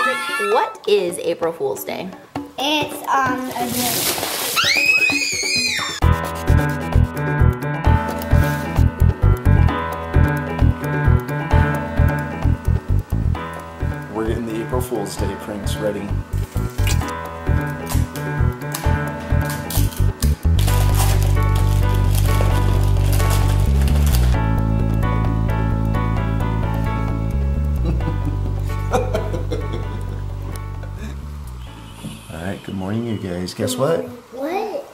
What is April Fool's Day? It's um a joke. We're getting the April Fool's Day pranks ready. All right, good morning, you guys. Guess what? What?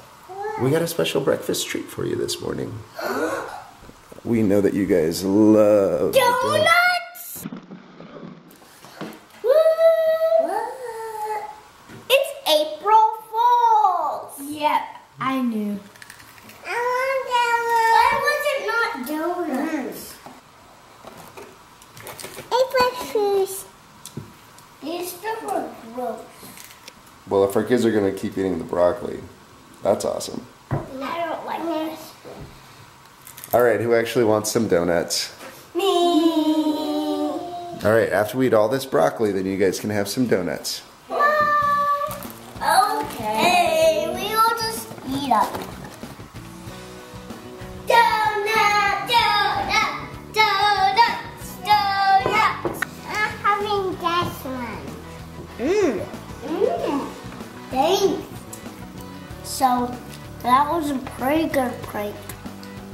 We got a special breakfast treat for you this morning. We know that you guys love Donuts! What? It's April Fools! Yep, I knew. I want donuts. Why was it not donuts? April Fools. These stuff are gross. Well, if our kids are gonna keep eating the broccoli, that's awesome. I don't like this. All right, who actually wants some donuts? Me. All right, after we eat all this broccoli, then you guys can have some donuts. Okay, we all just eat up. Donut, donut, donuts, donuts. I'm having this one. Mmm. Mmm. Thanks. So, that was a pretty good prank.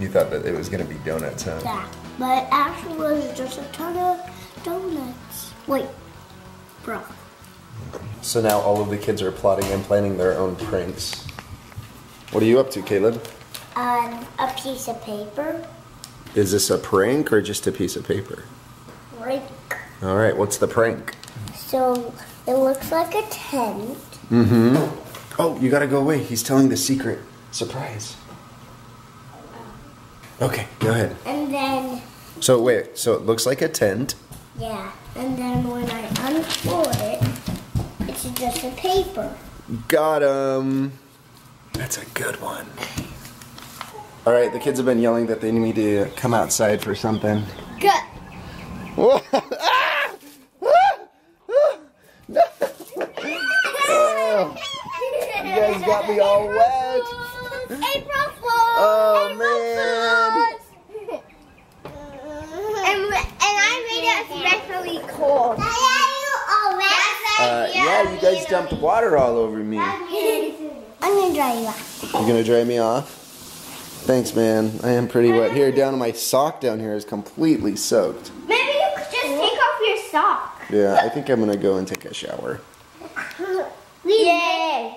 You thought that it was gonna be donuts, huh? Yeah, but it actually was just a ton of donuts. Wait, bro. So now all of the kids are plotting and planning their own pranks. What are you up to, Caleb? Um, a piece of paper. Is this a prank or just a piece of paper? Right All right, what's the prank? So it looks like a tent. Oh, you gotta go away. He's telling the secret. Surprise. Oh. Okay, go ahead. And then, So wait, so it looks like a tent. yeah. And then when I unfold it, it's just a paper. Got him. That's a good one. All right, the kids have been yelling that they need me to come outside for something. Good. Whoa. Ah! Ah! Ah! No. Oh, you guys got me all wet. April Fools! Oh, man. And, and I made it especially cold. Uh, yeah, you guys dumped water all over me. You're I'm gonna dry you off. gonna dry me off? Thanks, man. I am pretty wet. Here, down my sock down here is completely soaked. Maybe you could just take off your sock. Yeah, I think I'm gonna go and take a shower. We Yay!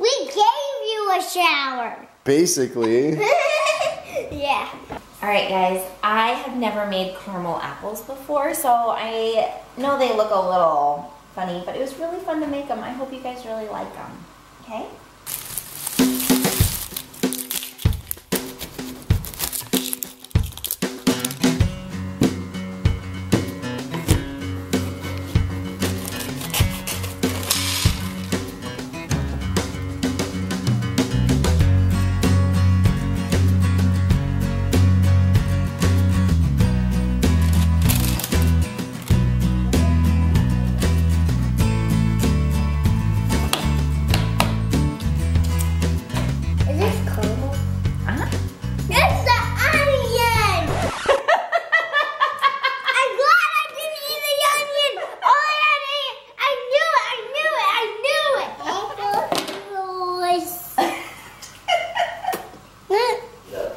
We gave you a shower. Basically, yeah. All right, guys, I have never made caramel apples before, so I know they look a little funny, but it was really fun to make them. I hope you guys really like them. Okay? Is this caramel? Uh-huh. It's the onion! I'm glad I didn't eat the onion! Oh, I, ate- I knew it! I knew it! I knew it!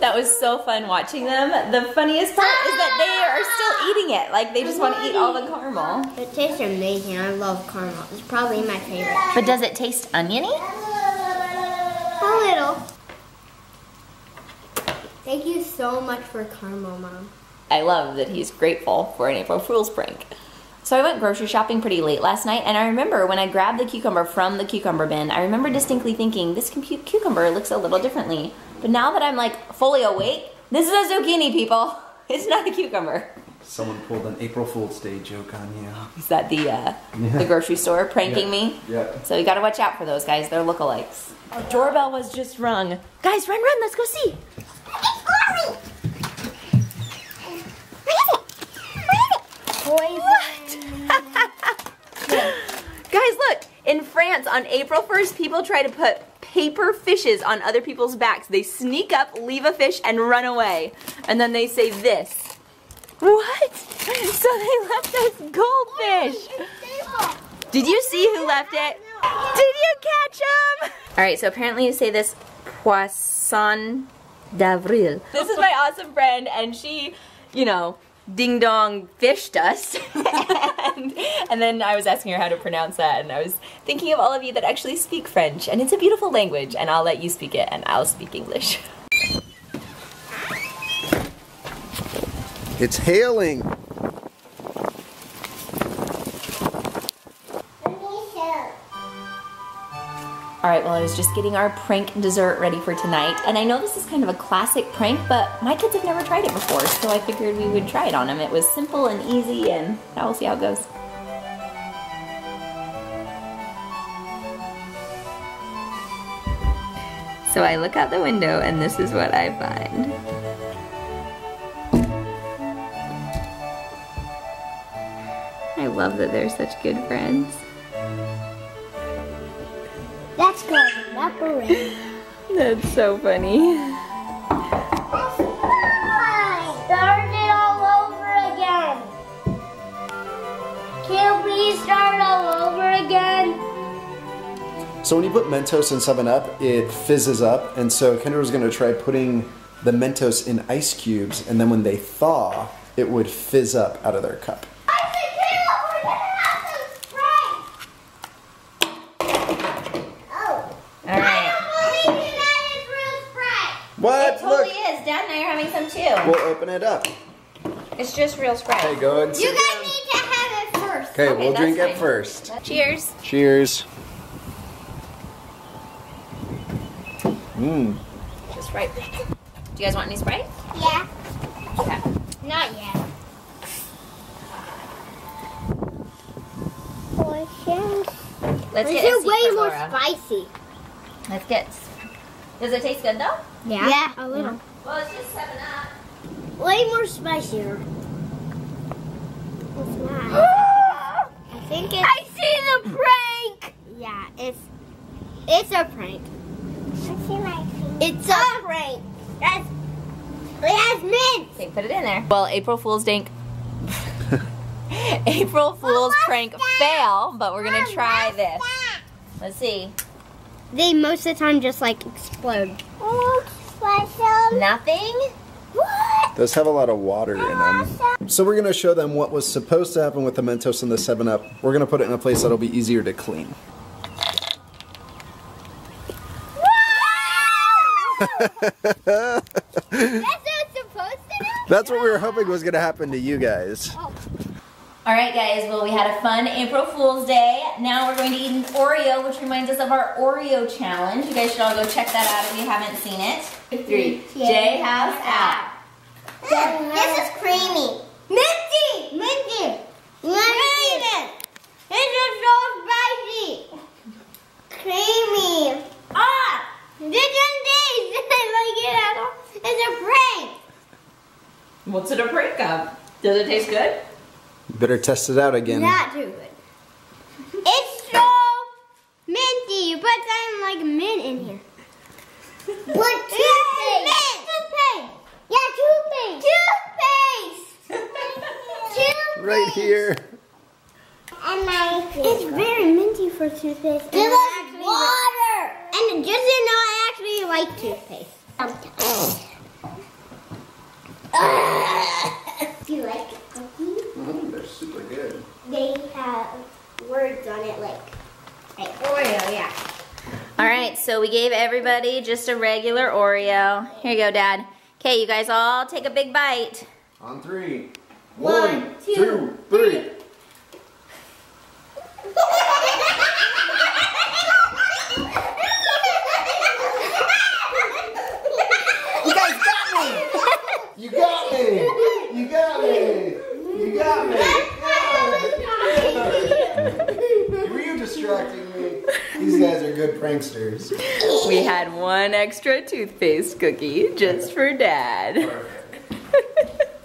That was so fun watching them. The funniest part is that they are still eating it. Like, they just want to eat all the caramel. It tastes amazing. I love caramel. It's probably my favorite. But does it taste oniony? A little. Thank you so much for caramel, Mom. I love that he's grateful for an April Fool's prank. So I went grocery shopping pretty late last night, and I remember when I grabbed the cucumber from the cucumber bin, I remember distinctly thinking this compu- cucumber looks a little differently. But now that I'm like fully awake, this is a zucchini, people. It's not a cucumber. someone pulled an April Fool's Day joke on you. Is that the uh, the grocery store pranking me? Yeah. So you gotta watch out for those guys. They're lookalikes. Our doorbell was just rung. Guys, run, run! Let's go see. Guys, On April 1st, people try to put paper fishes on other people's backs. They sneak up, leave a fish, and run away. And then they say this. What? So they left us goldfish. Did you see who left it? Did you catch him? All right, so apparently you say this poisson d'avril. This is my awesome friend, and she, you know, ding dong fished us. and, and then I was asking her how to pronounce that, and I was thinking of all of you that actually speak French, and it's a beautiful language, and I'll let you speak it, and I'll speak English. It's hailing. All right, well, I was just getting our prank dessert ready for tonight, and I know this is kind of a classic prank, but my kids have never tried it before, so I figured we would try it on them. It was simple and easy, and now we'll see how it goes. So I look out the window, and this is what I find. I love that they're such good friends. That's called macaroni. That's so funny. Start it all over again. Can we start all over again? So when you put Mentos in 7 Up, it fizzes up. And so Kendra was going to try putting the Mentos in ice cubes. And then when they thaw, it would fizz up out of their cup. I said, Caleb, we're gonna have some Sprite. Oh. All right. I don't believe you added real Sprite. What? It totally Look. is. Dad and I are having some too. We'll open it up. It's just real Hey, Sprite. go and You sit guys need to have it first. Okay, Okay, we'll that's drink it fine. first. Cheers. Cheers. Mmm. Just right. Do you guys want any Sprite? Yeah. Okay. Not yet. Portions. Let's This get a is seat way for more Laura. spicy. Let's get. Does it taste good though? Yeah? Yeah. A little. Well, it's just Seven Up. Way more spicier. It's not. I think it's. I see the prank. Yeah, it's. It's a prank. I see my finger. Ah! It's a prank. That's Yasmin. Okay, put it in there. Well, April Fool's Dank. April Fool's prank fail, but we're gonna try this. Let's see. They most of the time just like explode. Oh, special. Nothing. What? Those have a lot of water in Uh-huh. them. So we're gonna show them what was supposed to happen with the Mentos and the 7 Up. We're gonna put it in a place that'll be easier to clean. That's what it's supposed to do? That's what we were hoping was gonna happen to you guys. All right, guys. Well, we had a fun April Fool's Day. Now we're going to eat an Oreo, which reminds us of our Oreo challenge. You guys should all go check that out if you haven't seen it. Three, J House out. This is creamy. Minty! Minty! Creamy! This is so spicy! Creamy! Ah! This isn't this! I like it at all. It's a prank! What's it a break of? Does it taste good? Better test it out again. Not too good. It's so... Minty, you put something like mint in here. What toothpaste? Toothpaste! Yeah, toothpaste! Toothpaste! toothpaste! Right here. And my It's very minty for toothpaste. and Give I us actually like- And water! just to know, I actually like toothpaste. Do you like cookies? they're super good. They have words on it like like Oreo, yeah. All right, so we gave everybody just a regular Oreo. Here you go, Dad. Okay, you guys all take a big bite. On three. One, two, three. You guys got me! You got me! You got me! You got me! Were you distracting me? These guys are good pranksters. We had one extra toothpaste cookie just for Dad.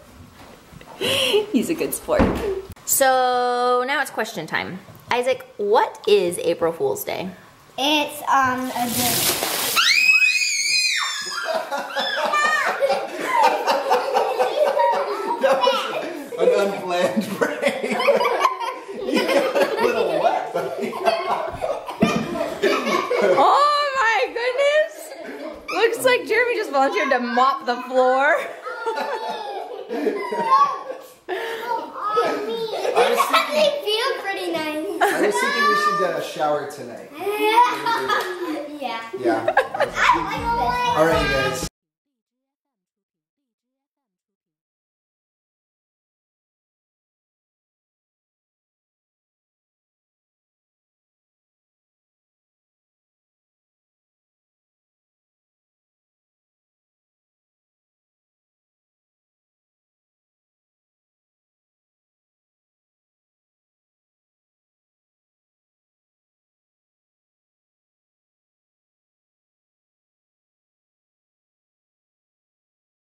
He's a good sport. So now it's question time. Isaac, what is April Fool's Day? It's um a good. That was an unplanned break. you got a little wet, buddy. Oh my goodness! Looks like Jeremy just volunteered to mop the floor. I was thinking, They feel pretty nice. I was thinking we should get a shower tonight. yeah. Yeah. I like this. All right, you guys.